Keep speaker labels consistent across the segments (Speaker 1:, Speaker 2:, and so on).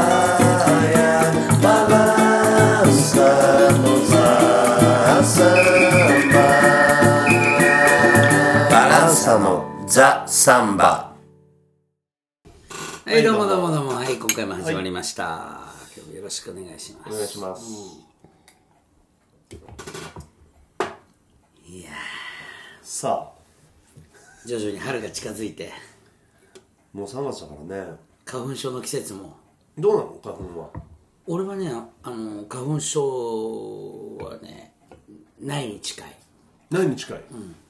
Speaker 1: Praia, balançamos a samba. Balança no The Samba.
Speaker 2: はい、どうもどうもどうも。はい、今回も始まりました。今日もよろしくお願いします。
Speaker 1: お願いします。さあ、
Speaker 2: 徐々に春が近づいて、
Speaker 1: もう3月だからね。
Speaker 2: 花粉症の季節も。
Speaker 1: どうなの花粉は。
Speaker 2: 俺はね、あの、花粉症はね、ないに近い。
Speaker 1: 何に近い、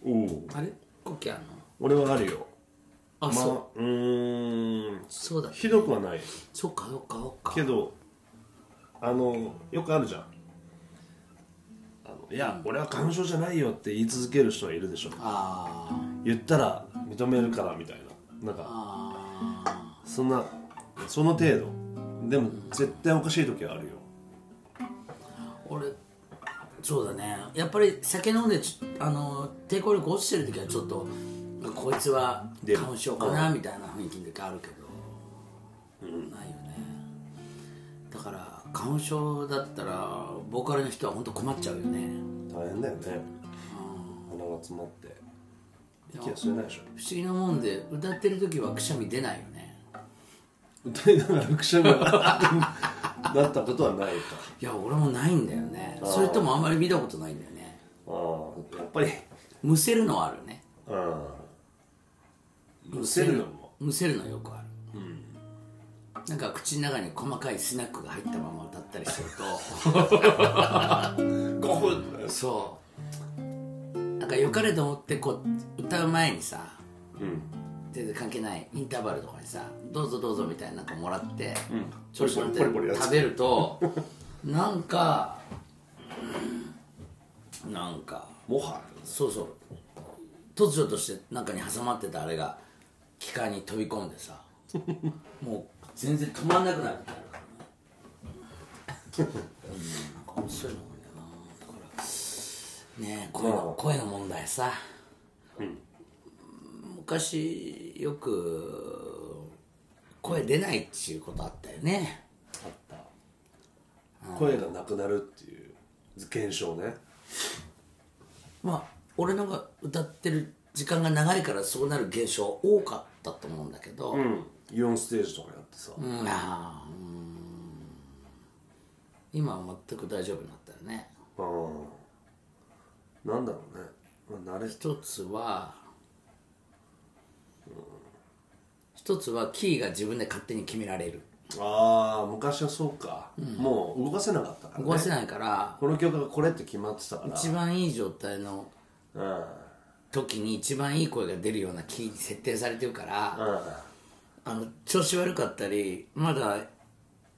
Speaker 1: おお
Speaker 2: あれコッキーあんの
Speaker 1: 俺はあるよ。
Speaker 2: あ、
Speaker 1: まあ、
Speaker 2: そう。
Speaker 1: うーん。
Speaker 2: そうだ。
Speaker 1: ひどくはない。
Speaker 2: そっかそっかそっ
Speaker 1: け
Speaker 2: か。
Speaker 1: ど、あの、よくあるじゃん。あのいや、俺は花粉症じゃないよって言い続ける人はいるでしょ。
Speaker 2: あ
Speaker 1: 言ったら認めるからみたいな。なんか
Speaker 2: ー、あ
Speaker 1: そんなその程度でも絶対おかしい時はあるよ
Speaker 2: ー。俺、そうだね。やっぱり酒飲んでちょ、あの、抵抗力落ちてる時はちょっと、こいつは
Speaker 1: 出る
Speaker 2: 花粉症かなみたいな雰囲気の時あるけど。ないよねだから花粉症だったらボーカルの人は本当困っちゃうよね
Speaker 1: 大変だよね鼻が詰まって息が吸えないでしょ
Speaker 2: 不思議なもんで歌ってる時はくしゃみ出ないよね
Speaker 1: 歌いなが らくしゃみがなったことはないか
Speaker 2: いや俺もないんだよねそれともあんまり見たことないんだよね
Speaker 1: ああやっぱり
Speaker 2: むせるのはあるね
Speaker 1: うんむせるのも
Speaker 2: むせるのよくあるなんか口の中に細かいスナックが入ったまま歌ったりする
Speaker 1: 5分
Speaker 2: とそうなんか良かれと思ってこう歌う前にさ
Speaker 1: うん
Speaker 2: 全然関係ないインターバルとかにさどうぞどうぞみたいななんかもらって、
Speaker 1: ポリポリポリポリやつ
Speaker 2: 食べるとなんかうんなんか
Speaker 1: もは
Speaker 2: そうそう突如として中に挟まってたあれが気管に飛び込んでさもう全然止まんなくなるみたいな、うん、なんか面白いのもんだなだからねえ声の,、
Speaker 1: まあ
Speaker 2: 声の問題さ、昔よく声出ないっちゅうことあったよね
Speaker 1: あった声がなくなるっていう現象ね
Speaker 2: まあ俺のが歌ってる時間が長いからそうなる現象多かったと思うんだけど、
Speaker 1: うん4ステージとかやってさ
Speaker 2: うんあーうん今は全く大丈夫になったよね
Speaker 1: うんなんだろうねまあ慣れ
Speaker 2: 一つは、一つはキーが自分で勝手に決められる
Speaker 1: ああ昔はそうか、もう動かせなかったから、ね、
Speaker 2: 動かせないから
Speaker 1: この曲がこれって決まってたから
Speaker 2: 一番いい状態の
Speaker 1: うん
Speaker 2: 時に一番いい声が出るようなキーに設定されてるから、
Speaker 1: うん
Speaker 2: あの調子悪かったりまだ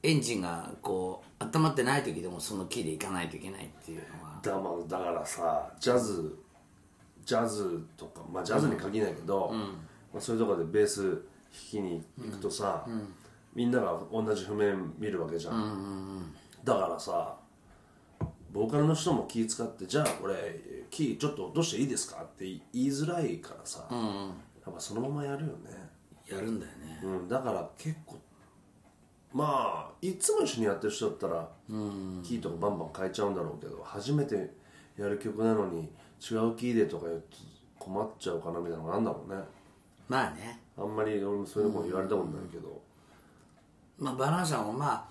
Speaker 2: エンジンがこう温まってない時でもそのキーでいかないといけないっていうのは
Speaker 1: だまあだからさジャズジャズとかまあジャズに限らないけど、まあ、そういうとこでベース弾きに行くとさ、みんなが同じ譜面見るわけじゃん,、だからさボーカルの人も気使ってじゃあこれキーちょっと落としていいですかって言いづらいからさ、やっぱそのままやるよね、
Speaker 2: やるんだよね
Speaker 1: うん、だから結構まあいつも一緒にやってる人だったら、キーとかバンバン変えちゃうんだろうけど初めてやる曲なのに違うキーでとか言うと困っちゃうかなみたいなのがあるんだろうね
Speaker 2: まあね
Speaker 1: あんまり俺もそういうこと言われたことないけど、
Speaker 2: まあ、バランさんもま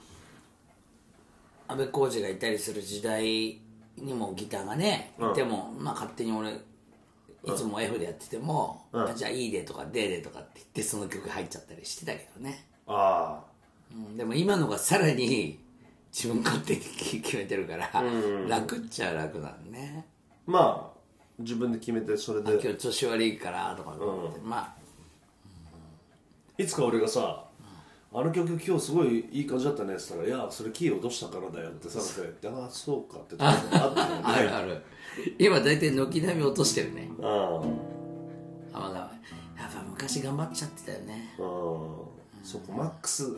Speaker 2: あ安倍浩二がいたりする時代にもギターがね、いてもまあ勝手に俺いつも F でやってても、あじゃあ E でとか D でとかって言ってその曲入っちゃったりしてたけどね、
Speaker 1: あ
Speaker 2: うん、でも今のがさらに自分勝手に決めてるから、楽っちゃ楽なんね
Speaker 1: あまあ自分で決めてそれで
Speaker 2: 今日調子悪いからとか思って、まあ
Speaker 1: いつか俺がさ「あの曲今日すごいいい感じだったね」って言ったら「いやそれキー落としたからだよ」ってされて「ああそうか」って言ったこと があった
Speaker 2: あ
Speaker 1: よね
Speaker 2: るある今大体軒並み落としてるね
Speaker 1: うん
Speaker 2: 浜川やっぱ昔頑張っちゃってたよね
Speaker 1: うんそこマックス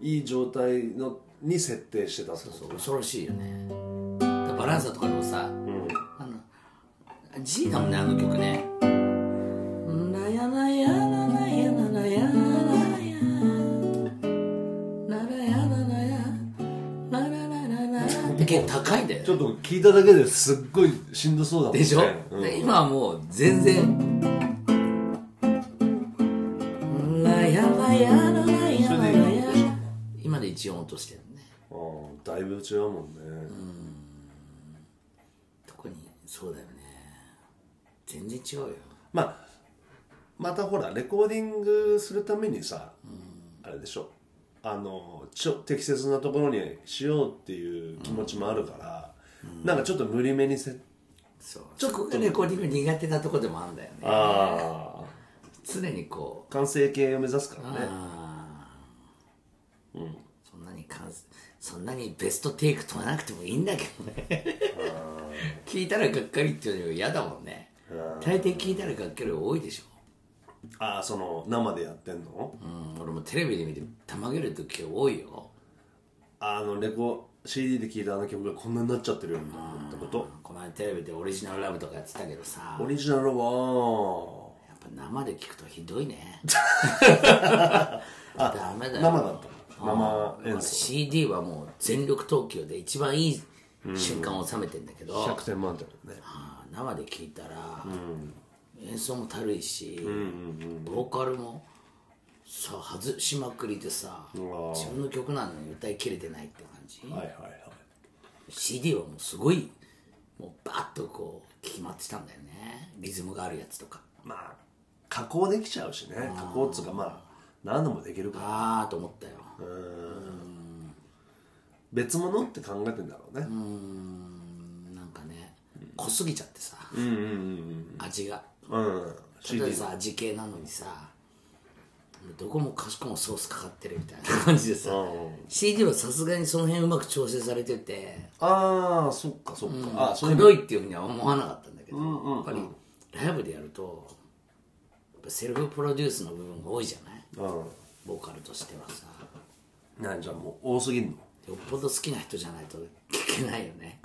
Speaker 1: いい状態のに設定してたそう
Speaker 2: 恐ろしいよねバランサーとかでもさ、
Speaker 1: ん
Speaker 2: あの G だもんねあの曲ね「なやなやななやななやなや」結構高いんだよね
Speaker 1: ちょっと聞いただけですっごいしんどそうだもんね
Speaker 2: でしょ、
Speaker 1: うん
Speaker 2: で今はもう全然「ラヤラヤラヤラヤラ」今で一音落としてるね
Speaker 1: あーだいぶ違うもんね、
Speaker 2: 特にそうだよね全然違うよ
Speaker 1: まあまたほらレコーディングするためにさ、あれでしょあのちょ適切なところにしようっていう気持ちもあるから、なんかちょっと無理めにせ
Speaker 2: そうちょっとレコーディング苦手なとこでもあるんだよね
Speaker 1: ああ
Speaker 2: 常にこう
Speaker 1: 完成形を目指すからね
Speaker 2: あーそんなに完そんなにベストテイク取らなくてもいいんだけどね聞いたらがっかりっていうのは嫌だもんね大抵聞いたらがっかり多いでしょ
Speaker 1: ああその生でやってんの、
Speaker 2: うん、俺もテレビで見てたまげる時多いよ
Speaker 1: あのレコ CD で聴いたあの曲がこんなになっちゃってるよみたいなってこと
Speaker 2: この間テレビでオリジナルラブとかやってたけどさ
Speaker 1: オリジナルは
Speaker 2: やっぱ生で聞くとひど いねダメだよ
Speaker 1: 生だった生演奏
Speaker 2: CD はもう全力投球で一番いい瞬間を収めてんだけど、
Speaker 1: 100点満点だね
Speaker 2: あー生で聞いたら、演奏もたるいし、ボーカルもさ外しまくりでさ
Speaker 1: うわー
Speaker 2: 自分の曲なのに歌いきれてないって感じ、
Speaker 1: はいはいはい
Speaker 2: CD はもうすごいもうバーッとこう聞き回ってたんだよねリズムがあるやつとか
Speaker 1: まあ加工できちゃうしね加工っつうかまあ何度もできるから
Speaker 2: ああと思ったよ
Speaker 1: 別物って考えてんだろうね
Speaker 2: うんなんかね濃すぎちゃってさ、
Speaker 1: うんうんうん
Speaker 2: 味が
Speaker 1: うんうん
Speaker 2: 例え
Speaker 1: CD
Speaker 2: ばさ味系なのにさどこもかしこもソースかかってるみたいな感じでさ、CD はさすがにその辺うまく調整されてて
Speaker 1: ああそっかそっか、あそういう
Speaker 2: く
Speaker 1: の
Speaker 2: どいっていうふうには思わなかったんだけど、やっぱりライブでやるとやっぱセルフプロデュースの部分が多いじゃない
Speaker 1: うん
Speaker 2: ボーカルとしてはさ
Speaker 1: なんじゃもう多すぎんの
Speaker 2: よっぽど好きな人じゃないと聞けないよ ね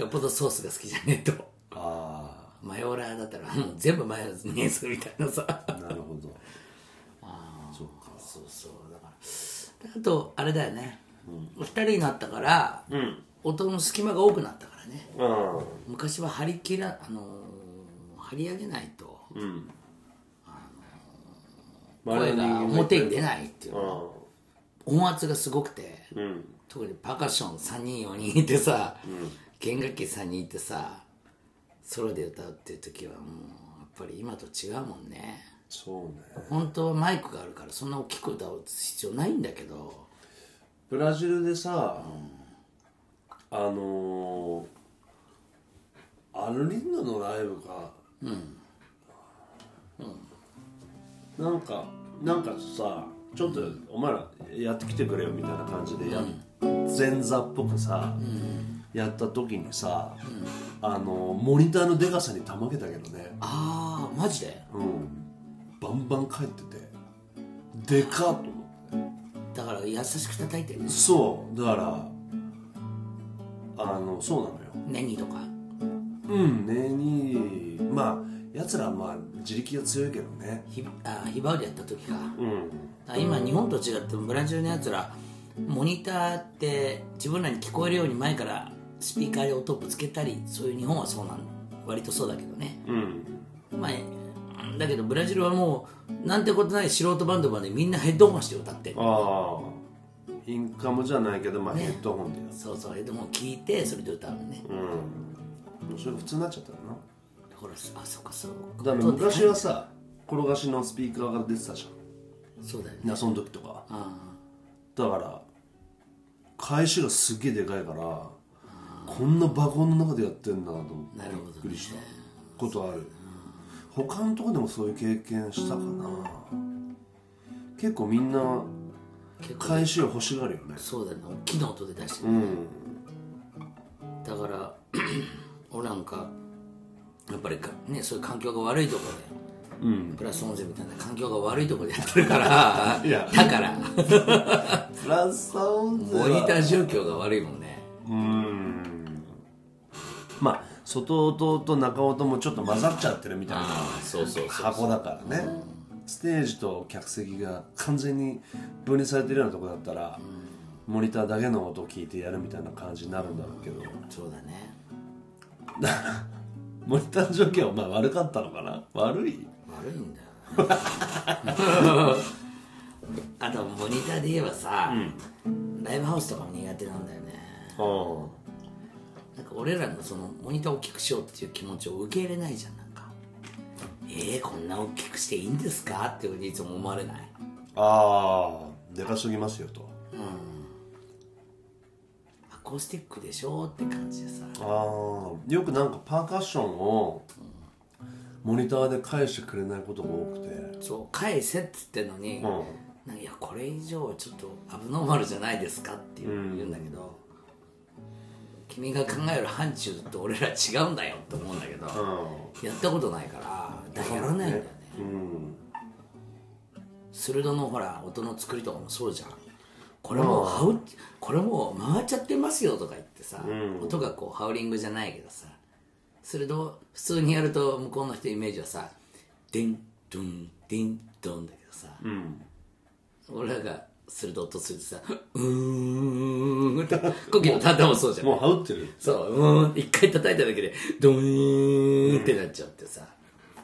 Speaker 2: よっぽどソースが好きじゃねえと
Speaker 1: あ
Speaker 2: マヨラーだったらもう全部マヨネーズみたいなさ
Speaker 1: あなるほど
Speaker 2: そうかそうそうだからあとあれだよね、お二人になったから、音の隙間が多くなったからね
Speaker 1: う
Speaker 2: 昔は張り切ら、あのー張り上げないと、
Speaker 1: ん周
Speaker 2: 声
Speaker 1: りの
Speaker 2: が
Speaker 1: 人間
Speaker 2: 表に出ないっていうの
Speaker 1: うん
Speaker 2: 音圧がすごくて、
Speaker 1: ん
Speaker 2: 特にパーカッション3人4人いてさ、弦楽器3人いてさソロで歌うっていう時はもうやっぱり今と違うもんね
Speaker 1: そうね
Speaker 2: 本当はマイクがあるからそんな大きく歌う必要ないんだけど
Speaker 1: ブラジルでさ、あのーアルリンドのライブがなんかなんかさちょっとお前らやってきてくれよみたいな感じでや、前座っぽくさ、やった時にさ、あのーモニターのでかさにたまげたけどね、
Speaker 2: ああマジで
Speaker 1: うん、バンバン帰っててでかっと思って。
Speaker 2: だから優しく叩いてるんです
Speaker 1: そうだからあのそうなのよ
Speaker 2: ネギとか
Speaker 1: うんねにまあやつらはまあ自力が強いけどね
Speaker 2: ひあーヒバウでやった時か
Speaker 1: うん
Speaker 2: あ今日本と違ってブラジルのやつらモニターって自分らに聞こえるように前からスピーカーで音をぶつけたりそういう日本はそうなん割とそうだけどね、
Speaker 1: うん
Speaker 2: まあ、だけどブラジルはもうなんてことない素人バンドまでみんなヘッドホンして歌ってる
Speaker 1: ああインカムじゃないけどまあ
Speaker 2: ね
Speaker 1: ヘッドホンでや
Speaker 2: そうそうヘッドホン聞いてそれで歌うのね
Speaker 1: うんもうそれが普通になっちゃったよな
Speaker 2: だからあそっかそう
Speaker 1: だから昔はさ転がしのスピーカーが出てたじ
Speaker 2: そうだよ
Speaker 1: ゃん
Speaker 2: ね
Speaker 1: なその時とか
Speaker 2: あ
Speaker 1: だから返しがすっげえでかいからこんな爆音の中でやってんだと思って
Speaker 2: なるほどね
Speaker 1: びっくりしたことある他のとこでもそういう経験したかな結構みんな
Speaker 2: ー結構
Speaker 1: 返しを欲しがるよね
Speaker 2: そうだよね大きな音で出してる
Speaker 1: うん
Speaker 2: だから 俺なんかやっぱりか、ね、そういう環境が悪いところで、プラス音声みたいな環境が悪いところでやってるから
Speaker 1: いや
Speaker 2: だから
Speaker 1: フランスサウンズ
Speaker 2: モニタ
Speaker 1: は
Speaker 2: ー状況が悪いもんね
Speaker 1: うんまあ外音と中音もちょっと混ざっちゃってるみたいな
Speaker 2: ああそうそうそう
Speaker 1: 箱だからねステージと客席が完全に分離されてるようなとこだったら、モニターだけの音を聞いてやるみたいな感じになるんだろうけど
Speaker 2: そうだね
Speaker 1: モニターの条件はまあ悪かったのかな悪い
Speaker 2: 悪いんだよ なあとモニターで言えばさ、ライブハウスとかも苦手なんだよね
Speaker 1: うん
Speaker 2: なんか俺らのそのモニターを大きくしようっていう気持ちを受け入れないじゃんなんかえー、こんな大きくしていいんですかっていうふうにいつも思われない
Speaker 1: ああでかすぎますよと
Speaker 2: アコースティックでしょって感じでさ
Speaker 1: ああよくなんかパーカッションをモニターで返してくれないことが多くて
Speaker 2: そう返せっつってんのに、
Speaker 1: うん
Speaker 2: なんかいやこれ以上はちょっとアブノーマルじゃないですかって言う,、ん、だけど君が考える範疇と俺ら違うんだよって思うんだけど、やったことないからだやらないんだよね
Speaker 1: うん
Speaker 2: 鋭のほら音の作りとかもそうじゃんこれもうハウ、これもう回っちゃってますよとか言ってさ、音がこうハウリングじゃないけどさそれと普通にやると向こうの人イメージはさ「デンドンデンドン」だけどさ、
Speaker 1: うん
Speaker 2: 俺らが鋭い音するとさ「うーん」ってコキのタンタンもそうじゃん
Speaker 1: もう羽打ってる
Speaker 2: そう「うーん」って一回叩いただけで「ドーン」ってなっちゃってさ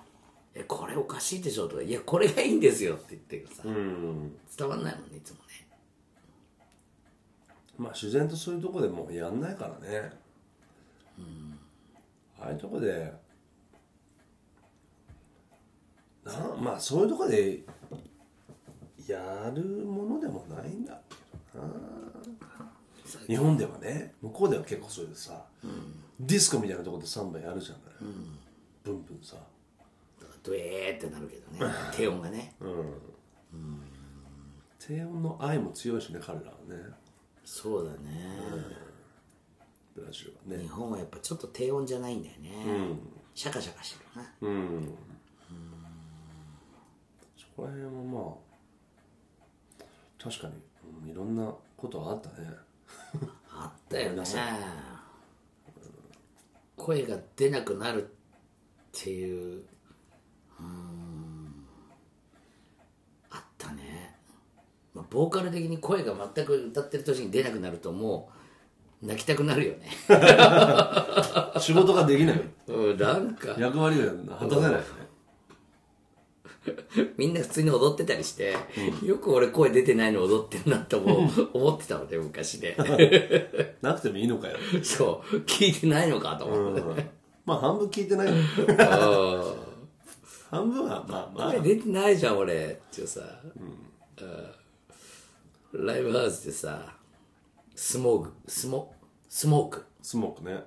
Speaker 2: 「えこれおかしいでしょ」とか「いやこれがいいんですよ」って言ってるさ、
Speaker 1: うん
Speaker 2: 伝わんないもんねいつもね
Speaker 1: まあ自然とそういうとこでもうやんないからねああいうとこでなんまあそういうとこでやるものでもないんだけどな日本ではね向こうでは結構そういうさ、ディスコみたいなとこでサンバやるじゃない、ブンブンさ
Speaker 2: ドエーってなるけどね低音がね
Speaker 1: 低音の愛も強いしね彼らはね
Speaker 2: そうだね、
Speaker 1: ブラジルはね
Speaker 2: 日本はやっぱちょっと低音じゃないんだよね、シャカシャカしてるな、
Speaker 1: うんそこら辺はまあ確かに、うんいろんなことはあったね
Speaker 2: あったよね声が出なくなるっていううんあったね、まあ、ボーカル的に声が全く歌ってる時に出なくなるともう泣きたくなるよね、
Speaker 1: 仕事ができない
Speaker 2: うん、なんか
Speaker 1: 役割が果たせないよね
Speaker 2: みんな普通に踊ってたりして、よく俺声出てないの踊ってるなって思う思ってたので 昔で
Speaker 1: なくてもいいのかよ、
Speaker 2: そう聞いてないのかと思って、
Speaker 1: うんまあ半分聞いてないよ
Speaker 2: あ
Speaker 1: 半分はまあ
Speaker 2: あ
Speaker 1: まあ
Speaker 2: 声出てないじゃん俺ってさ、うんライブハウスでさスモークスモスモーク
Speaker 1: スモークね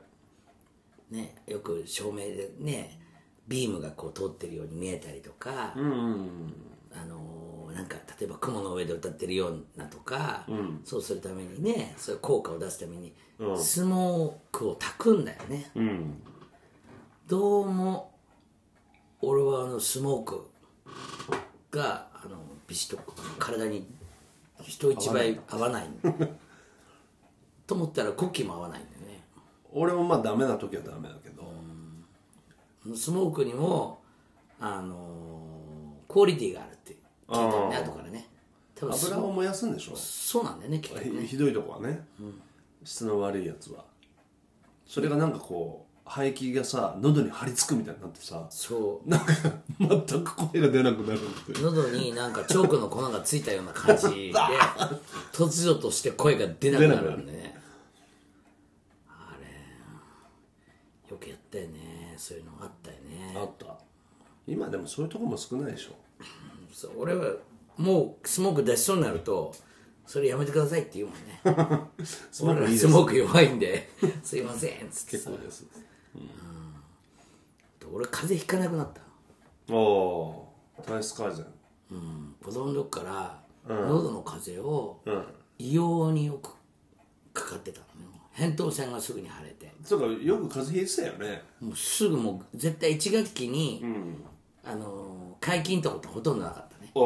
Speaker 2: ねよく照明でねビームがこう通ってるように見えたりとか、
Speaker 1: うんうん
Speaker 2: あのーなんか例えば雲の上で歌ってるようなとか、そうするためにねそういう効果を出すために、スモークを炊くんだよね
Speaker 1: うんうん
Speaker 2: どうも俺はあのスモークがあのビシッと体に人一倍合わない と思ったらコッキーも合わないんだよね
Speaker 1: 俺もまあダメな時はダメだけど、
Speaker 2: スモークにも、あのークオリティがあるって聞いたよね
Speaker 1: あー
Speaker 2: 後からね多分ス
Speaker 1: 油
Speaker 2: モ
Speaker 1: を燃やすんでしょ
Speaker 2: そうなんだよねきっとね
Speaker 1: ひひどいとこはね、質の悪いやつはそれがなんかこう排気がさ喉に張り付くみたいになってさ
Speaker 2: そ
Speaker 1: なんか全く声が出なくなるっていう
Speaker 2: う喉になんかチョークの粉がついたような感じ で突如として声が出なくなるんでねあれよくやったよねそういうのあったよ
Speaker 1: あ
Speaker 2: ね
Speaker 1: った今でもそういうとこも少ない でしょ
Speaker 2: そう俺はもうスモーク出しそうになるとそれやめてくださいって言うもんね
Speaker 1: スモー
Speaker 2: 俺
Speaker 1: ク
Speaker 2: ら
Speaker 1: いいです
Speaker 2: スモーク弱いんですいませんっつって
Speaker 1: 結
Speaker 2: さ
Speaker 1: 構です
Speaker 2: 俺風邪ひかなくなった
Speaker 1: ああ体質改善
Speaker 2: うん子供の時から喉の風邪を
Speaker 1: うん
Speaker 2: 異様によくかかってたのよ扁桃腺がすぐに腫れて
Speaker 1: そうかよく風邪ひいてたよね
Speaker 2: もうすぐもう絶対1学期に、あのー解禁とかってほとんどなかったね
Speaker 1: う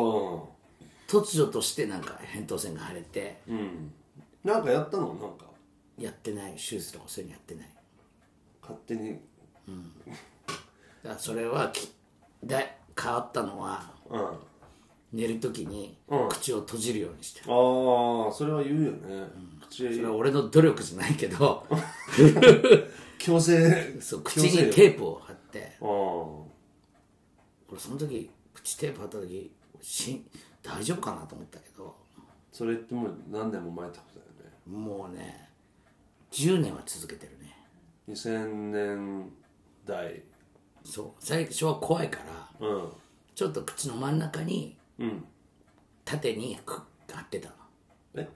Speaker 2: 突如としてなんか扁桃腺が腫れて、
Speaker 1: んうんなんかやったのなんか
Speaker 2: やってない手術とかそういうのやってない
Speaker 1: 勝手に
Speaker 2: だからそれはきだ変わったのは
Speaker 1: うん
Speaker 2: 寝る時に
Speaker 1: うん
Speaker 2: 口を閉じるようにしてる、
Speaker 1: ああそれは言うよね、口
Speaker 2: それは俺の努力じゃない けど
Speaker 1: 強 制
Speaker 2: そう口にテープを貼って
Speaker 1: ああ
Speaker 2: 俺その時口テープ貼った時し大丈夫かなと思ったけど
Speaker 1: それってもう何年も前ってことだよね
Speaker 2: もうね10年は続けてるね
Speaker 1: 2000年代
Speaker 2: そう最初は怖いから
Speaker 1: うん
Speaker 2: ちょっと口の真ん中に
Speaker 1: うん
Speaker 2: 縦にく貼ってたの
Speaker 1: え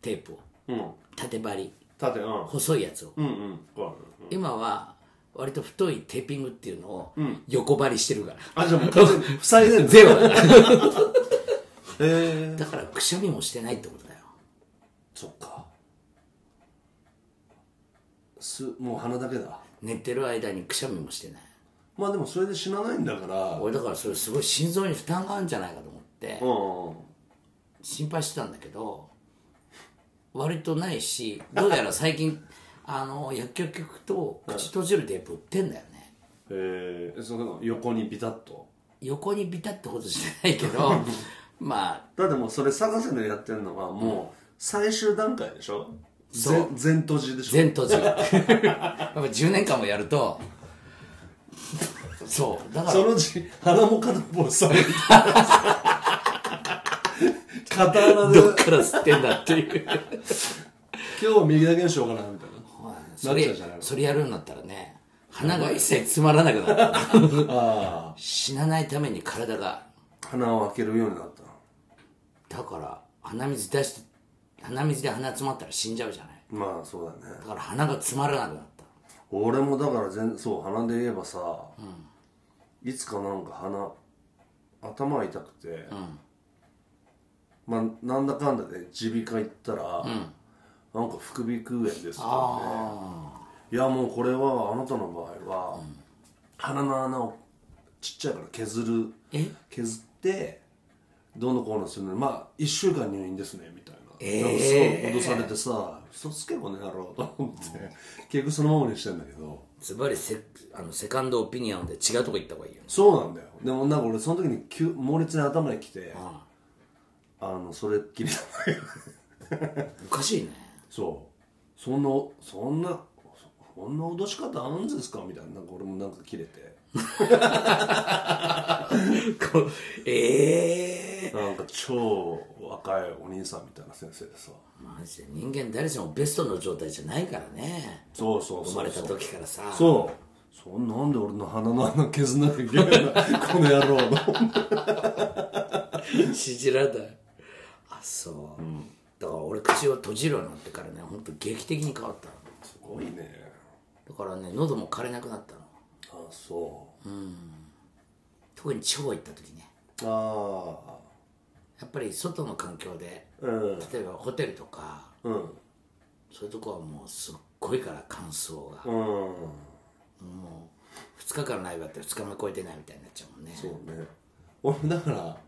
Speaker 2: テープを
Speaker 1: うん
Speaker 2: 縦張り
Speaker 1: 縦うん
Speaker 2: 細いやつを
Speaker 1: うんうんわかる
Speaker 2: 今は割と太いテーピングっていうのを横張りしてるから、
Speaker 1: あじゃあもう完全に塞いでんの
Speaker 2: ゼロだ から
Speaker 1: ええ
Speaker 2: だからくしゃみもしてないってことだよ
Speaker 1: そっかすもう鼻だけだ
Speaker 2: 寝てる間にくしゃみもしてない
Speaker 1: まあでもそれで死なないんだから
Speaker 2: 俺だからそれすごい心臓に負担があるんじゃないかと思って
Speaker 1: うんうん
Speaker 2: 心配してたんだけど割とないしどうやら最近 あの薬局行くと口閉じるテープ売ってんだよね
Speaker 1: えー、その横にビタッと
Speaker 2: 横にビタってことしてないけど まあ
Speaker 1: だってもうそれ探せのやってるのはもう最終段階でしょ
Speaker 2: そう
Speaker 1: 全全閉じでしょ
Speaker 2: 全閉じ やっぱ10年間もやるとそうだから
Speaker 1: そのうち鼻も片方されて 片鼻で
Speaker 2: どっから吸ってんだっていう
Speaker 1: 今日は右だけにしようかなみたい
Speaker 2: そ
Speaker 1: なっちゃ
Speaker 2: れ
Speaker 1: うじゃないの
Speaker 2: それやるようになったらね鼻が一切詰まらなくなった
Speaker 1: ああ
Speaker 2: 死なないために体が
Speaker 1: 鼻を開けるようになった
Speaker 2: だから鼻水出して鼻水で鼻詰まったら死んじゃうじゃない
Speaker 1: まあそうだね
Speaker 2: だから鼻が詰まらなくなった
Speaker 1: 俺もだから全そう鼻で言えばさ、いつかなんか鼻頭痛くて、まあなんだかんだで耳鼻科行ったら、なんか副鼻腔炎ですっていやもうこれはあなたの場合は、鼻の穴をちっちゃいから削る
Speaker 2: え
Speaker 1: 削ってどうのこうのするのにまあ1週間入院ですねみたいな,、
Speaker 2: えー
Speaker 1: なんかそう脅されてさ嘘つけこの野郎と思って結局そのままにしてんだけど
Speaker 2: ズバリセあのセカンドオピニオンで違うとこ行った方がいいよ
Speaker 1: そうなんだよでもなんか俺その時に急猛烈に頭にきてあのそれっきりだった よ
Speaker 2: おか しいね
Speaker 1: そうそんなそんなこんな脅し方あるんですかみたいななんか俺もなんか切れて
Speaker 2: こええ
Speaker 1: なんか超若いお兄さんみたいな先生でさ
Speaker 2: マジで人間誰しもベストの状態じゃないからね
Speaker 1: そうそうそう
Speaker 2: 生まれた時からさ
Speaker 1: そうそんなんで俺の鼻の穴削んなきゃいけ ないんだこの野郎
Speaker 2: 信じられないあそう、だから俺口を閉じるようになってからね本当劇的に変わったの
Speaker 1: すごいね
Speaker 2: だからね喉も枯れなくなったの
Speaker 1: あそ
Speaker 2: 特に地方行った時ね
Speaker 1: うああ
Speaker 2: やっぱり外の環境で
Speaker 1: うん
Speaker 2: 例えばホテルとか
Speaker 1: うん
Speaker 2: そういうとこはもうすっごいから乾燥が、
Speaker 1: うん
Speaker 2: もう2日間ライブやって2日目超えてないみたいになっちゃうもんね
Speaker 1: そうね俺だから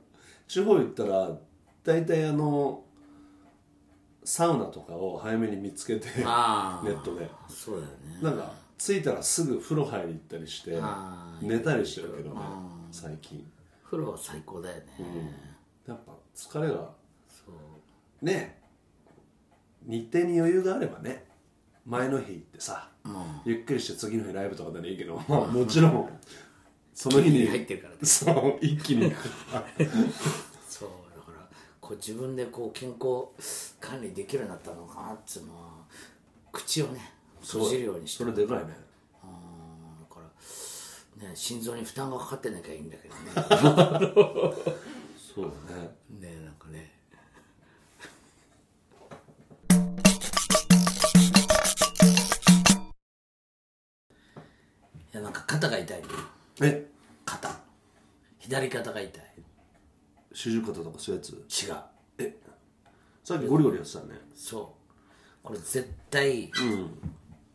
Speaker 1: 地方行ったら大体あのサウナとかを早めに見つけてネ
Speaker 2: ああ
Speaker 1: ットで
Speaker 2: そうだよね
Speaker 1: なんか着いたらすぐ風呂入り行ったりして
Speaker 2: あ
Speaker 1: 寝たりしてるけどね最近
Speaker 2: 風呂は最高だよね、
Speaker 1: やっぱ疲れが
Speaker 2: そう
Speaker 1: ね日程に余裕があればね前の日行ってさ、ゆっくりして次の日ライブとかでもいいけど、まあ、もちろんその日に
Speaker 2: 一気に入ってるからね
Speaker 1: そう一気に行くから
Speaker 2: そうだからこう自分でこう健康管理できるようになったのかなっつうのは口をね閉じるようにして
Speaker 1: それでかいね
Speaker 2: あーだから、ね、心臓に負担がかかってなきゃいいんだけどね
Speaker 1: そうだね
Speaker 2: ねなんかねいやなんか肩が痛いね
Speaker 1: え
Speaker 2: 肩左肩が痛い
Speaker 1: 四十肩とかそういうやつ
Speaker 2: 違う
Speaker 1: さっきゴリゴリやってたね
Speaker 2: そうこれ絶対、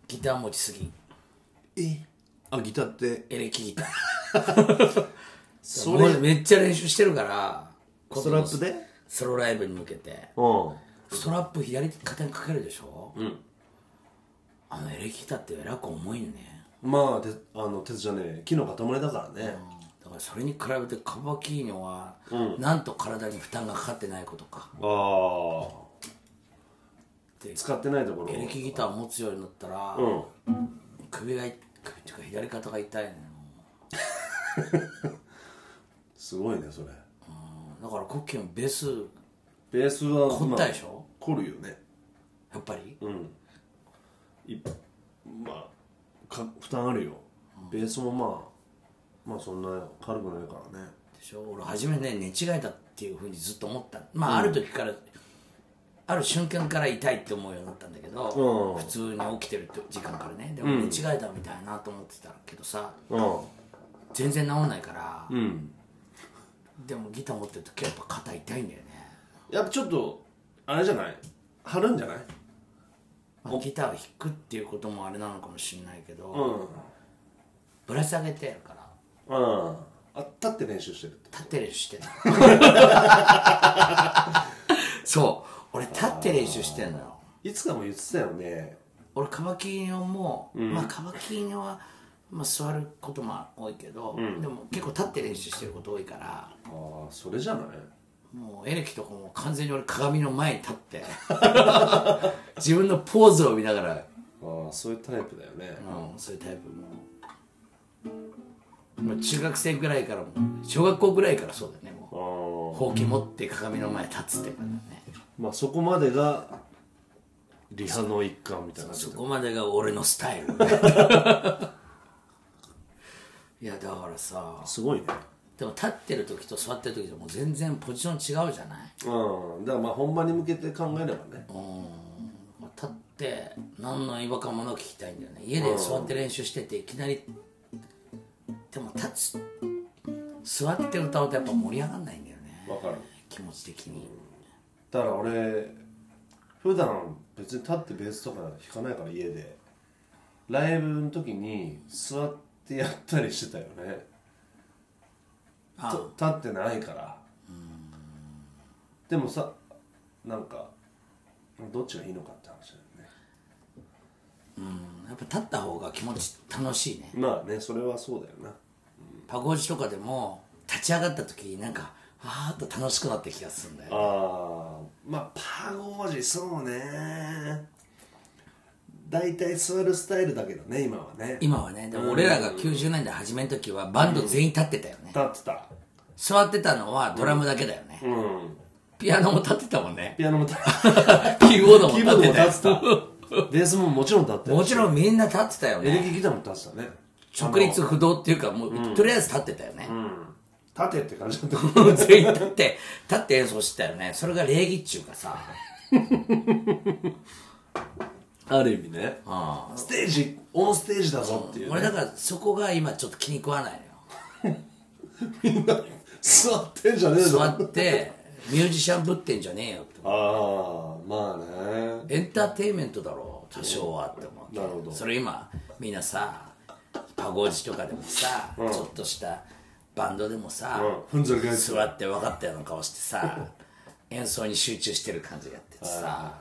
Speaker 2: ギター持ちすぎ
Speaker 1: えあギターって
Speaker 2: エレキギター
Speaker 1: そ
Speaker 2: も
Speaker 1: れ
Speaker 2: うめっちゃ練習してるから
Speaker 1: ストラップで
Speaker 2: ソロライブに向けて
Speaker 1: うん
Speaker 2: ストラップ左肩にかけるでしょうんあのエレキギターってえらく重いよね
Speaker 1: まあであの鉄じゃねえ木の塊だからね
Speaker 2: だかからそれに比べてカバキーニョは、なんと体に負担がかかってないことか
Speaker 1: ああ使ってないところ
Speaker 2: エレキギターを持つようになったら、
Speaker 1: うん
Speaker 2: 首がい首っていうか左肩が痛いのよ
Speaker 1: すごいねそれ
Speaker 2: だからコッキーもベース
Speaker 1: ベースは
Speaker 2: 凝ったでしょ
Speaker 1: まあ凝るよね
Speaker 2: やっぱり、
Speaker 1: いまあか負担あるよベースもまあまあそんな軽くないからね
Speaker 2: でしょ俺初めね寝違えたっていうふうにずっと思ったまあ、ある時からある瞬間から痛いって思うようになったんだけど、
Speaker 1: うん
Speaker 2: 普通に起きてるって時間からねでも寝違えたみたいなと思ってたけどさ、
Speaker 1: う
Speaker 2: 全然治んないから、
Speaker 1: んうん
Speaker 2: でもギター持ってる時やっぱ肩痛いんだよね、
Speaker 1: やっぱちょっとあれじゃない張るんじゃない
Speaker 2: まあギターを弾くっていうこともあれなのかもしれないけど、
Speaker 1: うん
Speaker 2: ぶら下げてやるから
Speaker 1: うんあ立って練習してるって
Speaker 2: 立って練習してんの そう俺立って練習してんのよ
Speaker 1: いつかも言ってたよね
Speaker 2: 俺カバキーニョも、まあカバキーニョは、まあ、座ることも多いけど、でも結構立って練習してること多いから
Speaker 1: ああそれじゃない
Speaker 2: もうエレキとかも完全に俺鏡の前に立って自分のポーズを見ながら、
Speaker 1: ああそういうタイプだよね
Speaker 2: うん、そういうタイプもうもう中学生ぐらいからも小学校ぐらいからそうだよねもう
Speaker 1: あ
Speaker 2: ほうき持って鏡の前に立つってことだね
Speaker 1: あまあそこまでがリハの一環みたいな
Speaker 2: そこまでが俺のスタイル いやだからさ
Speaker 1: すごいね
Speaker 2: でも立ってる時と座ってる時ともう全然ポジション違うじゃない
Speaker 1: うんだからまあ本番に向けて考えればね
Speaker 2: うん立って何の違和感もなく聞きたいんだよね家で座って練習してていきなりでも立つ座って歌うとやっぱ盛り上がんないんだよね
Speaker 1: わかる
Speaker 2: 気持ち的に
Speaker 1: だから俺普段別に立ってベースとか弾かないから家でライブの時に座ってやったりしてたよね
Speaker 2: あ
Speaker 1: と立ってないからでもさなんかどっちがいいのかって話だよね
Speaker 2: うんやっぱ立った方が気持ち楽しいね
Speaker 1: まあねそれはそうだよな
Speaker 2: パゴジとかでも立ち上がった時なんかあーっと楽しくなって気がするんだよ
Speaker 1: あーまあパゴージそうね大体座るスタイルだけどね今はね立
Speaker 2: 今はねでも俺らが90年代始める時はバンド全員立ってたよ
Speaker 1: っ
Speaker 2: ね
Speaker 1: てた
Speaker 2: 座ってたのはドラムだけだよね、
Speaker 1: うん
Speaker 2: ピアノも立ってたもんね
Speaker 1: ピアノも立ってた
Speaker 2: キーボードも
Speaker 1: キーボードも
Speaker 2: 立って
Speaker 1: 立
Speaker 2: たよ
Speaker 1: ってた。 ベースももちろん立ってた。
Speaker 2: もちろんみんな立ってたよ
Speaker 1: エレ
Speaker 2: ね
Speaker 1: キギターも立ってたね。
Speaker 2: 直立不動っていうかもう、とりあえず立ってたよね、
Speaker 1: 立てって感じだった。
Speaker 2: 全員立って立って演奏してたよねそれが礼儀っちゅうかさ
Speaker 1: ある意味ね。ステージ、オンステージだぞっていう、
Speaker 2: 俺
Speaker 1: ね。
Speaker 2: だからそこが今ちょっと気に食わないのよ
Speaker 1: みんな座ってんじゃねえぞ。
Speaker 2: 座
Speaker 1: あ
Speaker 2: ってミュージシャンぶってんじゃねえよって
Speaker 1: あー、まあね。
Speaker 2: エンターテインメントだろう多少はって思う
Speaker 1: なるほど
Speaker 2: それ今みんなさパゴージとかでもさ、ちょっとしたバンドでもさ、
Speaker 1: うん。ふんぞり返す。
Speaker 2: 座って分かったような顔してさ 演奏に集中してる感じがあってさ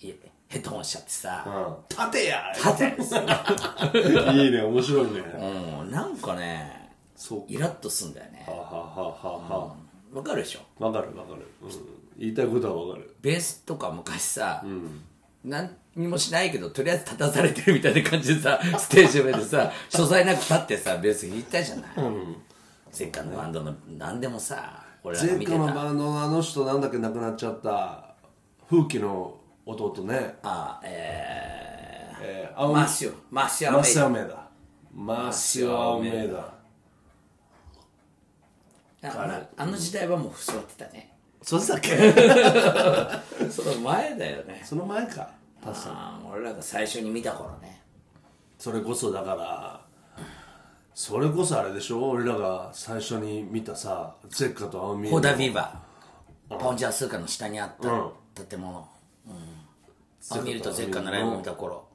Speaker 2: いやヘッドホンしちゃってさ
Speaker 1: うん立てや
Speaker 2: 立てですよ、
Speaker 1: いいね、面白いね。
Speaker 2: うん、なんかね
Speaker 1: そう。
Speaker 2: イラッとすんだよね
Speaker 1: ははははは。
Speaker 2: 分かるでしょ
Speaker 1: わかるわかる、うん。言いたいことはわかる。
Speaker 2: ベースとか昔さ、何にもしないけどとりあえず立たされてるみたいな感じでさ ステージ上でさ所在なく立ってさベース弾いたじゃない、前回のバンドの何でもさ俺らが
Speaker 1: 前
Speaker 2: 見て
Speaker 1: 科
Speaker 2: た
Speaker 1: のバンドのあの人なんだっけ亡くなっちゃった。風紀の弟ね。
Speaker 2: あえー
Speaker 1: えー、青
Speaker 2: マッシュマッシュアメ
Speaker 1: マ
Speaker 2: イ
Speaker 1: スアメダマスアメダ
Speaker 2: だからあの時代はもう座ってたね
Speaker 1: そうだっけ
Speaker 2: その前だよね
Speaker 1: その前か確かに
Speaker 2: ああ俺らが最初に見た頃ね
Speaker 1: それこそだからそれこそあれでしょ俺らが最初に見たさゼッカとアオミ
Speaker 2: ホーダビーバーポンジャースーカの下にあった建物うんあ見るとゼッカのライブを見た頃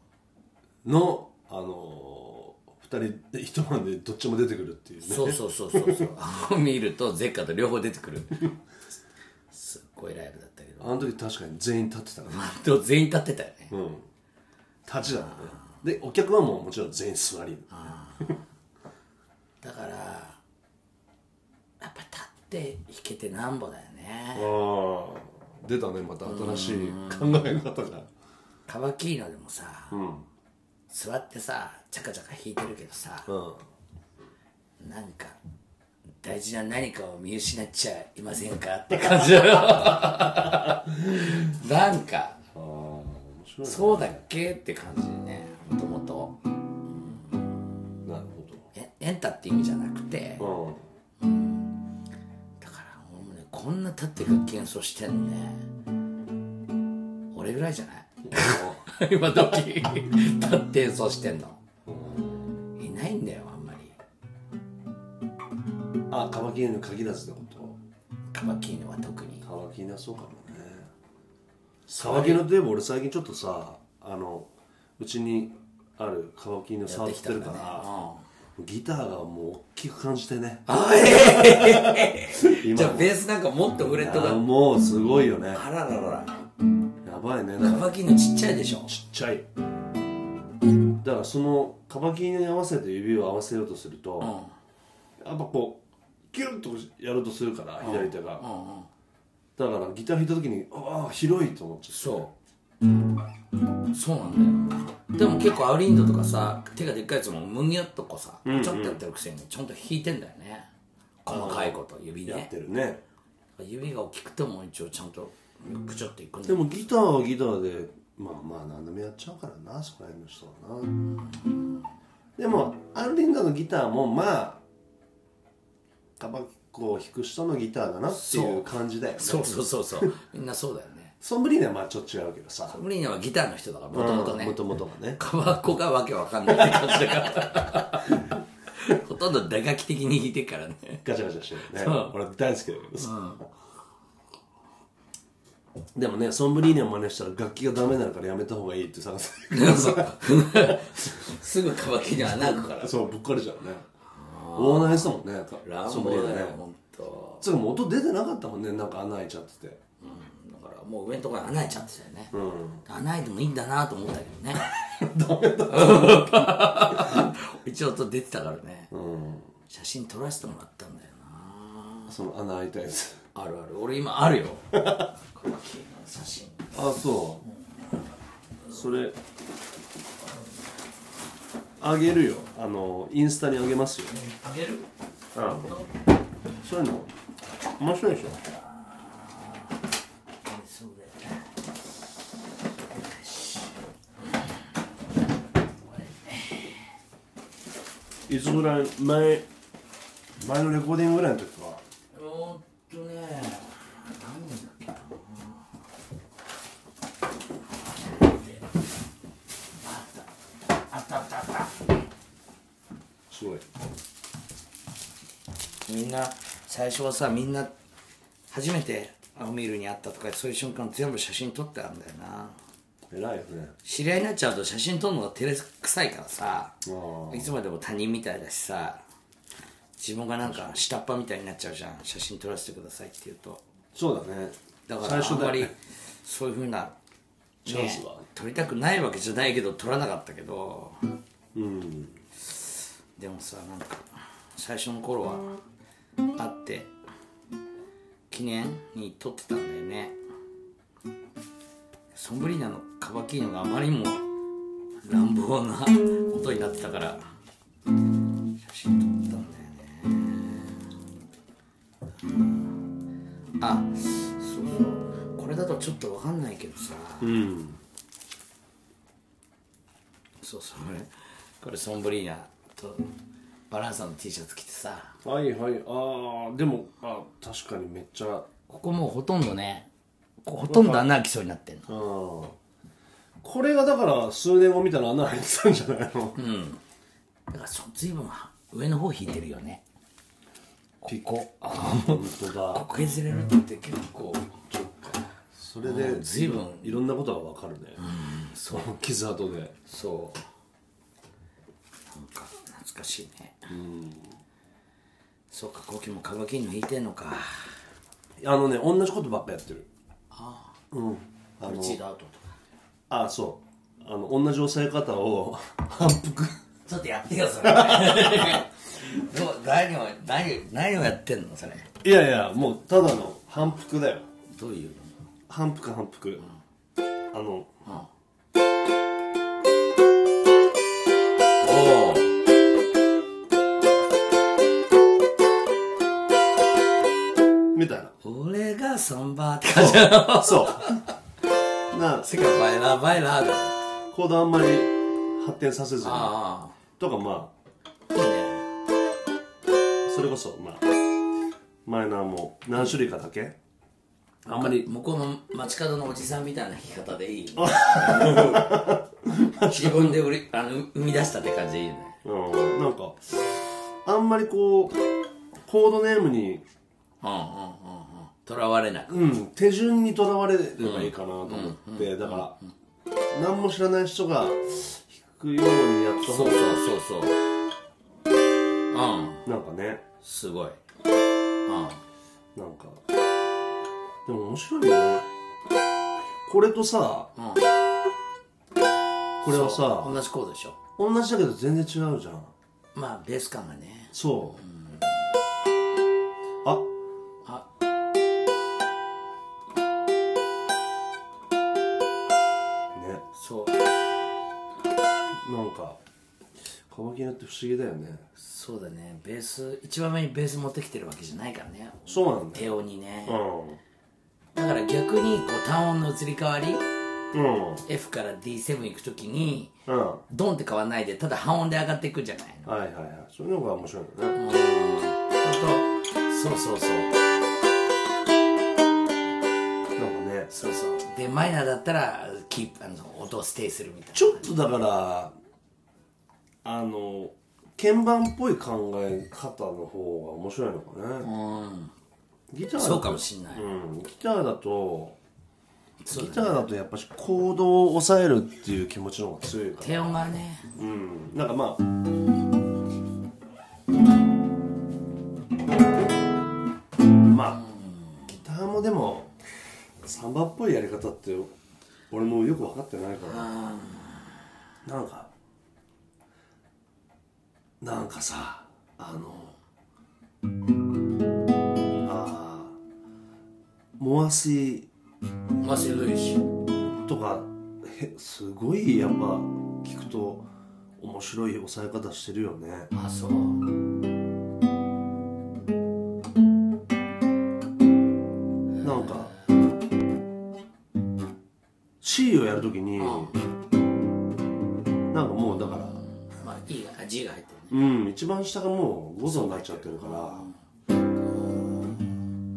Speaker 1: のあのー、2人で一晩でどっちも出てくるっていうね
Speaker 2: そうそうそうそう そうあ見るとゼッカと両方出てくるすっごいライブだったけど
Speaker 1: あの時確かに全員立ってたね
Speaker 2: でも全員立ってたよね
Speaker 1: うん立ちだもんねでお客はもうもちろん全員座り
Speaker 2: だからって弾けてなんぼだよね
Speaker 1: ああ出たねまた新しい考え方が
Speaker 2: カバキーノでもさ
Speaker 1: うん
Speaker 2: 座ってさチャカチャカ弾いてるけどさ
Speaker 1: うん
Speaker 2: なんか大事な何かを見失っちゃいませんかって感じ だよなんか
Speaker 1: ああ面白いね
Speaker 2: そうだっけって感じねもともと
Speaker 1: なる
Speaker 2: えエンタって意味じゃなくて
Speaker 1: ほど
Speaker 2: だから俺もねこんな立って楽器演奏してんのね俺ぐらいじゃない 今時立って演奏してんのいないんだよあんまり
Speaker 1: うんあカバキリの限らずってこと
Speaker 2: カバキーノは特に
Speaker 1: カバキリはそうかもねカバキリのといえば俺最近ちょっとさあのうちにあるカバキリの触ってるから
Speaker 2: やってきたんだね
Speaker 1: ギターがもう大きく感じてね
Speaker 2: あえ
Speaker 1: 今
Speaker 2: じゃあベースなんかもっと売れと
Speaker 1: あ
Speaker 2: か
Speaker 1: もうすごいよね
Speaker 2: あらららら
Speaker 1: やばいね
Speaker 2: カ
Speaker 1: なんか
Speaker 2: バキーノちっちゃいでしょ
Speaker 1: ちっちゃいだからそのカバキリに合わせて指を合わせようとすると、
Speaker 2: うん
Speaker 1: やっぱこうギュッとやろうとするから左手が、
Speaker 2: うんうん
Speaker 1: だからギター弾いた時にああ広いと思っちゃって
Speaker 2: そうそうなんだよでも結構アウリンドとかさ手がでっかいやつもむにゃっとこうさちょっとやってるくせにちゃんと弾いてんだよね細かいこと指
Speaker 1: やっ
Speaker 2: ね
Speaker 1: てるね
Speaker 2: 指が大きくても一応ちゃんとくちょっといくんだ
Speaker 1: で
Speaker 2: よ
Speaker 1: もギターはギターでまあまあ何でもやっちゃうからなそこら辺の人はなでもアンリンダのギターもまあタバコを弾く人のギターだなってい
Speaker 2: そう
Speaker 1: う感じだよね
Speaker 2: そうそうそうそう みんなそうだよね
Speaker 1: ソンブリーナはまあちょっと違うけどさ
Speaker 2: アウリンドはギターの人だからもともとね
Speaker 1: もともとはね
Speaker 2: カバコがわけわかんないって感じだから ほとんど打楽器的に弾いてっからね
Speaker 1: ガチャガチャしてるよね
Speaker 2: そう
Speaker 1: 俺大好きだけどさ、でもねソンブリーニを真似したら楽器がダメになるからやめた方がいいって探す
Speaker 2: すぐカバキにはなくから
Speaker 1: そうぶっ壊れちゃうね大穴ですもんね
Speaker 2: 乱
Speaker 1: ソンブリ
Speaker 2: 暴
Speaker 1: ーニ
Speaker 2: だ
Speaker 1: ね
Speaker 2: よ本当。
Speaker 1: つうかもう音出てなかったもんねなんか穴開いちゃってて
Speaker 2: だからもう上のところに穴開いちゃってたよね、穴開いてもいいんだなと思ったけど ね一応音出てたからね、写真撮らせてもらったんだよな
Speaker 1: その穴開いたやつ
Speaker 2: あるある俺今あ るよカバキの写真
Speaker 1: あそうそれあげるよあのインスタにあげますよ
Speaker 2: あげる
Speaker 1: うんそういうの面白いでしょ
Speaker 2: そうだよ
Speaker 1: いつぐらい前前のレコーディングぐらいの時は
Speaker 2: おーっとね何年だっけなあったあったあったあっ
Speaker 1: すごい
Speaker 2: たみんな最初はさみんな初めて青ミールに会ったとかそういう瞬間全部写真撮ってあるんだよな
Speaker 1: 偉いよね
Speaker 2: 知り合いになっちゃうと写真撮るのが照れくさいからさ
Speaker 1: あー
Speaker 2: いつまでも他人みたいだしさ自分がなんか下っ端みたいになっちゃうじゃん写真撮らせてくださいって言うと
Speaker 1: そうだね
Speaker 2: だからあ
Speaker 1: だ
Speaker 2: んま
Speaker 1: よね
Speaker 2: りそういうふうな、ね、
Speaker 1: チャンスは
Speaker 2: 取りたくないわけじゃないけど取らなかったけど
Speaker 1: うん
Speaker 2: でもさなんか最初の頃は会って記念に撮ってたんだよねソンブリーナのカバキーノがあまりにも乱暴なことになってたから写真撮ったんだよねあそうそうこれだとちょっとわかんないけどさ、
Speaker 1: うん
Speaker 2: そうそうこれこれソンブリーナとバランサの T シャツ着てさ
Speaker 1: はいはいああでもあ確かにめっちゃあ
Speaker 2: ここもうほとんどねこうほとんど穴開きそうになってんの
Speaker 1: あーこれがだから数年後見たら穴入ってたんじゃないの、
Speaker 2: だからそ随分上の方引いてるよねここあ
Speaker 1: 本当だ
Speaker 2: ここ削れるって結構
Speaker 1: それで
Speaker 2: 随分
Speaker 1: いろんなことがわかるね、
Speaker 2: そう
Speaker 1: 傷跡で
Speaker 2: そうなんか懐かしいねそうかコキもカバキンの引いてんのか
Speaker 1: あのね同じことばっかやってる
Speaker 2: あのチードアウトとか
Speaker 1: ああそうあの同じ押さえ方を反復
Speaker 2: ちょっとやってよそ れどう何を何何をやってんのそれ
Speaker 1: いやいやもうただの反復だよ
Speaker 2: どういうの
Speaker 1: 反復反復、あの
Speaker 2: おお
Speaker 1: みたい
Speaker 2: 俺がサンバーって感じだろ
Speaker 1: な そうな
Speaker 2: 世界バイラーバイラーだあ
Speaker 1: コードあんまり発展させずに
Speaker 2: あ
Speaker 1: とかま
Speaker 2: いい
Speaker 1: あ
Speaker 2: ね
Speaker 1: それこそまあマイナーも何種類かだけ
Speaker 2: あんまり向こうの街角のおじさんみたいな弾き方でいい 自分で売りあの生み出したって感じでいいね
Speaker 1: うんなんかあんまりこうコードネームに
Speaker 2: うんうんうんうんとらわれなく
Speaker 1: うん、手順にとらわれればいいかなと思って、だから、何も知らない人が弾くようにやった
Speaker 2: そうそうそうそううん
Speaker 1: なんかね、
Speaker 2: すごいうん
Speaker 1: なんか、でも面白いよね。これとさ、
Speaker 2: ん
Speaker 1: これはさ、
Speaker 2: 同じコードでしょ
Speaker 1: 同じだけど全然違うじゃん。
Speaker 2: まあベース感がね
Speaker 1: そう。あ、
Speaker 2: あ
Speaker 1: ね、
Speaker 2: そう
Speaker 1: なんか、カバキナって不思議だよね。
Speaker 2: そうだねベース一番目にベース持ってきてるわけじゃないからね
Speaker 1: そうなんだよ。
Speaker 2: 低音にね
Speaker 1: う
Speaker 2: だから逆にこう単音の移り変わり
Speaker 1: ん。うん。
Speaker 2: F から D7 行くときに
Speaker 1: うん。は
Speaker 2: ドンって変わらないでただ半音で上がっていくじゃない
Speaker 1: いはいはい。そういうのが面白いよね。
Speaker 2: のあとそうそうそう
Speaker 1: なんかね、
Speaker 2: そうそうでマイナーだったらキープあの音をステイするみたいな
Speaker 1: ちょっとだからあの鍵盤っぽい考え方の方が面白いのかね、
Speaker 2: うん
Speaker 1: ギターだと
Speaker 2: そうかもしんない
Speaker 1: うん、ギターだと
Speaker 2: そう
Speaker 1: ギターだとやっぱしコードを抑えるっていう気持ちの方が強いから
Speaker 2: 低音がね
Speaker 1: うんなんかまあまあギターもでもサンバっぽいやり方って俺もよく分かってないから
Speaker 2: あ
Speaker 1: なんかなんかさあのあーモアシ
Speaker 2: ーマセルイシ
Speaker 1: とかへすごいやっぱ聞くと面白い抑え方してるよね
Speaker 2: あそう
Speaker 1: なんか C をやるときになんかもうだから
Speaker 2: まあ E があ G が入ってる
Speaker 1: う
Speaker 2: ね
Speaker 1: ん一番下がもう5度になっちゃってるからなん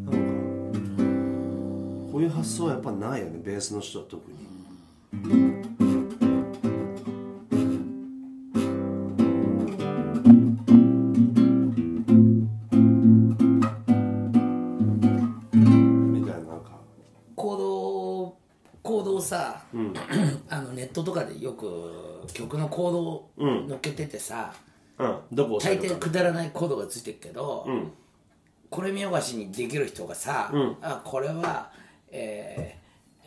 Speaker 1: かこういう発想はやっぱないよねベースの人は特にみたいななんか
Speaker 2: 行動行動さ、
Speaker 1: うん
Speaker 2: あのネットとかでよく曲の行動を
Speaker 1: うん
Speaker 2: 乗っけててさ、
Speaker 1: うんどこ押
Speaker 2: 大
Speaker 1: さえる
Speaker 2: 抵
Speaker 1: か
Speaker 2: くだらないコードがついてるけど、
Speaker 1: うん
Speaker 2: これ見よがしにできる人がさ、
Speaker 1: ん
Speaker 2: あこれはえ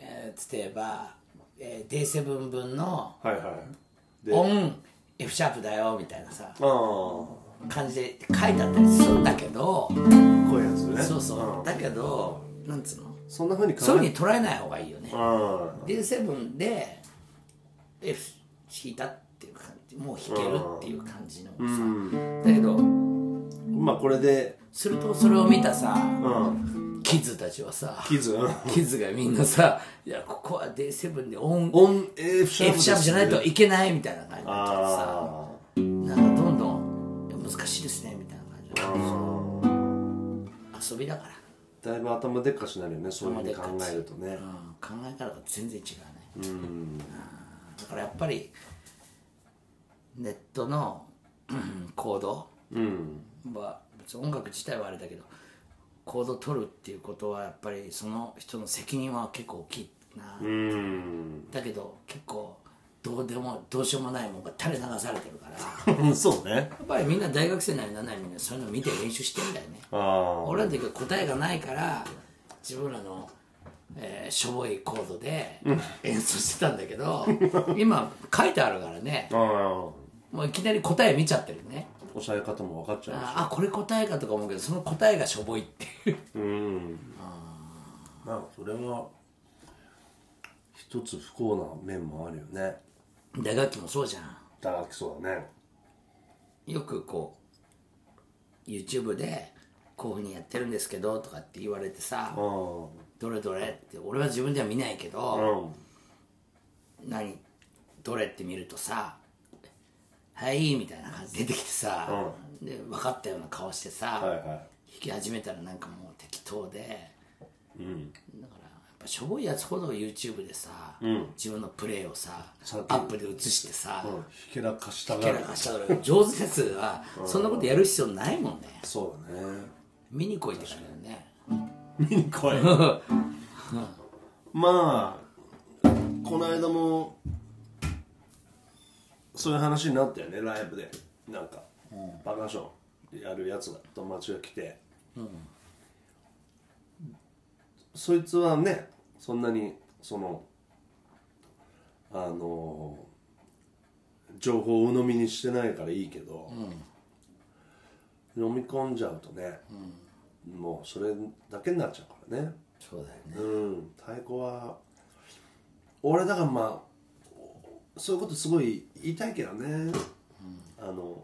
Speaker 2: ーえー例えば、えー、D7 分の
Speaker 1: はいはいで
Speaker 2: オン F シャープだよみたいなさ
Speaker 1: ああこ
Speaker 2: 感じで書いてあったりするんだけど、
Speaker 1: ういうやつね
Speaker 2: そうそう、
Speaker 1: ん
Speaker 2: だけどなんつうの
Speaker 1: そんなふうに考え
Speaker 2: そういうふうに捉えない方がいいよね、
Speaker 1: うん
Speaker 2: D7 で F 弾いたっていう感じもう弾けるっていう感じのさ、だけど
Speaker 1: まあこれで、
Speaker 2: するとそれを見たさ
Speaker 1: うん、
Speaker 2: キッズたちはさ
Speaker 1: キズ、うん
Speaker 2: キッズがみんなさ「いやここは D7 でオン
Speaker 1: オン F シャープ
Speaker 2: F シャープじゃないといけない」みたいな感じになっちゃってさ
Speaker 1: あ
Speaker 2: なんかどんどんいや「難しいですね」みたいな感じで
Speaker 1: あ、うん、
Speaker 2: 遊びだから、
Speaker 1: だいぶ頭でっかしになるよね、そういうふうに考
Speaker 2: 頭でっかち
Speaker 1: えるとね
Speaker 2: う。ん、考え方が全然違うねうんだからやっぱりネットのうん行動
Speaker 1: うん、
Speaker 2: は別に音楽自体はあれだけどコード取るっていうことはやっぱりその人の責任は結構大きいな、
Speaker 1: うん、
Speaker 2: だけど結構どうでもどうしようもないもんが垂れ流されてるからや
Speaker 1: そうね。
Speaker 2: っぱりみんな大学生なりなんなりみんなそういうの見て練習してんだよね
Speaker 1: ああ、
Speaker 2: 俺らの時は答えがないから自分らの、えーしょぼいコードで演奏してたんだけど今書いてあるからね
Speaker 1: ああ、
Speaker 2: もういきなり答え見ちゃってるね
Speaker 1: 抑え方も分かっちゃうし
Speaker 2: ああこれ答えかとか思うけどその答えがしょぼいっていう
Speaker 1: まあそれは一つ不幸な面もあるよね
Speaker 2: 打楽器もそうじゃん
Speaker 1: だからそうだね
Speaker 2: よくこう YouTube でこういうふうにやってるんですけどとかって言われてさ
Speaker 1: うん
Speaker 2: どれどれって俺は自分では見ないけ
Speaker 1: う
Speaker 2: ど
Speaker 1: ん
Speaker 2: 何どれって見るとさ「はい」みたいな感じで出てきてさで分かったような顔してさ
Speaker 1: はいはい
Speaker 2: 弾き始めたらなんかもう適当で、だからやっぱしょぼいやつほど YouTube でさ、自分のプレーをさ
Speaker 1: さ
Speaker 2: アップで映してさ、
Speaker 1: うんひけらかした
Speaker 2: キ
Speaker 1: が
Speaker 2: ャラ
Speaker 1: る
Speaker 2: がしたから上手なやつはそんなことやる必要ないもんね
Speaker 1: そうだね
Speaker 2: 見に来いって感じだよね
Speaker 1: 見に 来いまあこの間もそういう話になったよねライブでなんか、バカションやるやつが友達が来て、そいつはねそんなにそのあの情報を鵜呑みにしてないからいいけど、飲み込んじゃうとね、もうそれだけになっちゃうからね
Speaker 2: そうだよね
Speaker 1: うん太鼓は俺だからまあそういうことすごい言いたいけどね、あの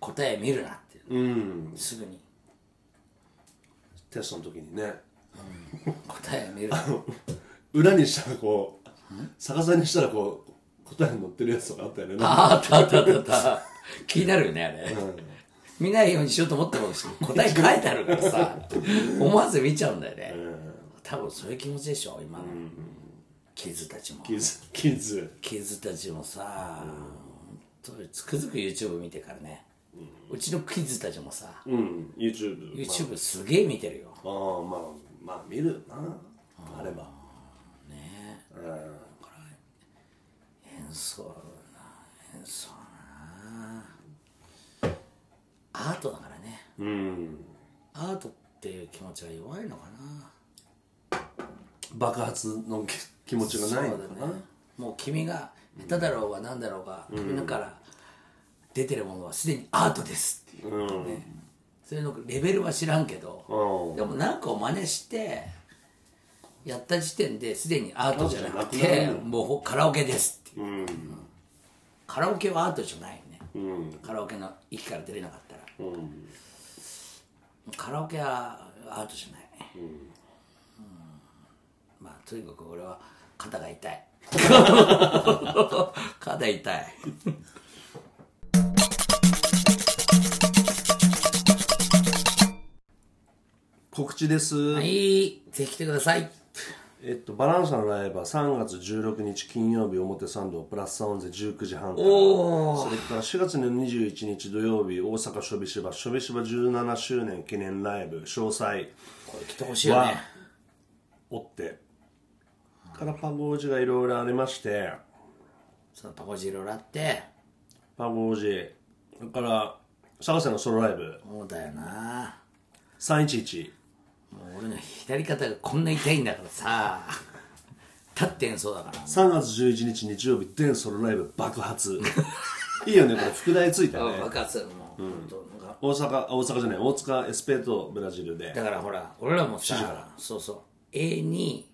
Speaker 2: 答え見るなっていう
Speaker 1: うん
Speaker 2: すぐに
Speaker 1: テストの時にね
Speaker 2: 答え見るな
Speaker 1: 裏にしたらこう逆さにしたらこう答えに載ってるやつとかあったよねなんか
Speaker 2: ああったあったあったあった気になるよねあれ、見ないようにしようと思ったかもしれない答え書いてあるからさ思わず見ちゃうんだよね、多分そういう気持ちでしょ今の、キッズたちも
Speaker 1: キズキズ
Speaker 2: キッズたちもさ、ほんとつくづく YouTube 見てからね、うちのキッズたちもさ、
Speaker 1: うん YouTube,
Speaker 2: YouTube すげえ見てるよ
Speaker 1: ああまあまあ見るよなあれば
Speaker 2: ねえ演奏な演奏なアートだからね
Speaker 1: うん
Speaker 2: アートっていう気持ちが弱いのかな
Speaker 1: 爆発の気気持ちがないのかな、
Speaker 2: もう君が下手だろうが何だろうが、君のから出てるものはすでにアートですっていう、ねそれのレベルは知らんけど、
Speaker 1: うん
Speaker 2: でもなんかを真似してやった時点ですでにアートじゃなく
Speaker 1: アートじゃなく
Speaker 2: て
Speaker 1: なる
Speaker 2: もうカラオケですっていう
Speaker 1: うん
Speaker 2: カラオケはアートじゃないよね、
Speaker 1: うん
Speaker 2: カラオケの域から出れなかったら
Speaker 1: うん
Speaker 2: カラオケはアートじゃない、うんまあとにかく俺は肩が 痛い肩痛い
Speaker 1: 告知です、
Speaker 2: はいぜひ来てください
Speaker 1: えっと、バランサのライブは3月16日金曜日表参道プラスサウンズ19時半から
Speaker 2: お
Speaker 1: それから4月の21日土曜日大阪しょびしばしょびしば17周年記念ライブ詳細
Speaker 2: これ来てほしいよね
Speaker 1: わ追ってからパゴージがいろいろありまして
Speaker 2: そのパコジいろいろあって
Speaker 1: パゴージそれから探せのソロライブ
Speaker 2: そうだよな
Speaker 1: 311
Speaker 2: もう俺の左肩がこんな痛いんだから さ立って演奏だから
Speaker 1: 3月11日日曜日全ソロライブ爆 発いいよねこれ副題ついたね
Speaker 2: 爆発もう、本当なんか
Speaker 1: 大阪あ大阪じゃない大塚エスペートブラジルで
Speaker 2: だからほら俺らも
Speaker 1: 時か
Speaker 2: さそうそう永遠に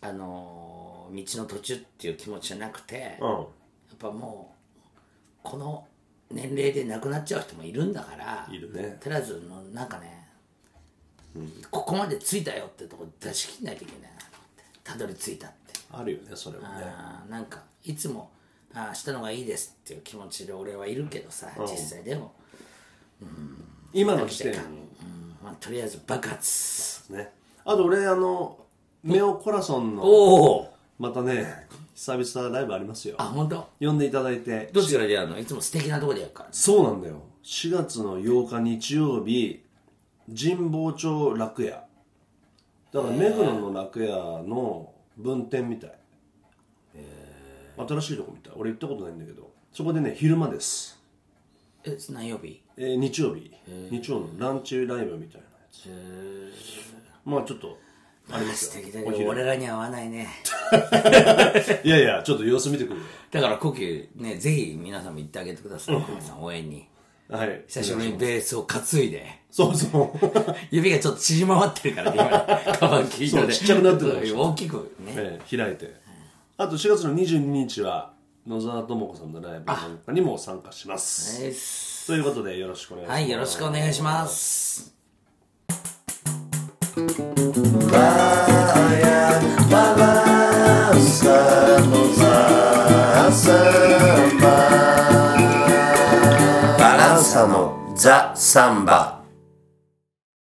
Speaker 2: あのー道の途中っていう気持ちじゃなくて、
Speaker 1: う
Speaker 2: やっ
Speaker 1: ん
Speaker 2: ぱもうこの年齢で亡くなっちゃう人もいるんだから
Speaker 1: いるね
Speaker 2: とりあえずのなんかね、ここまで着いたよってとこ出し切んないといけないなと思ってたどり着いたって
Speaker 1: あるよねそれはね
Speaker 2: あーなんかいつもああしたのがいいですっていう気持ちで俺はいるけどさ実際でも、
Speaker 1: 今の時点
Speaker 2: うんまあ、とりあえず爆発
Speaker 1: ねあと俺あのネオコラソンの
Speaker 2: おお
Speaker 1: またね久々ライブありますよ
Speaker 2: あ本当。
Speaker 1: 呼んでいただいて
Speaker 2: どっちからでやるのいつも素敵なとこでやるから
Speaker 1: そうなんだよ4月の8日日曜日神保町楽屋だから目黒の楽屋の分店みたい新しいとこみたい俺行ったことないんだけどそこでね昼間です
Speaker 2: え何曜日
Speaker 1: えー日曜日日曜のランチライブみたいなやつまあちょっと
Speaker 2: あ素敵だけど俺らには合わないね
Speaker 1: いやいやちょっと様子見てくる
Speaker 2: だから故郷ねぜひ皆さんも行ってあげてください皆さん応援に
Speaker 1: よはい
Speaker 2: 久しぶりにベースを担いで
Speaker 1: そうそう
Speaker 2: 指がちょっと縮まってるからね今カバン聞いた
Speaker 1: そうちっちゃくなってるでし
Speaker 2: 大きくね
Speaker 1: ええ開いてあと4月の22日は野沢智子さんのライブなんかにも参加します
Speaker 2: です
Speaker 1: ということでよろしくお願いします
Speaker 2: はいよろしくお願いします
Speaker 3: バランサのザ・サンバ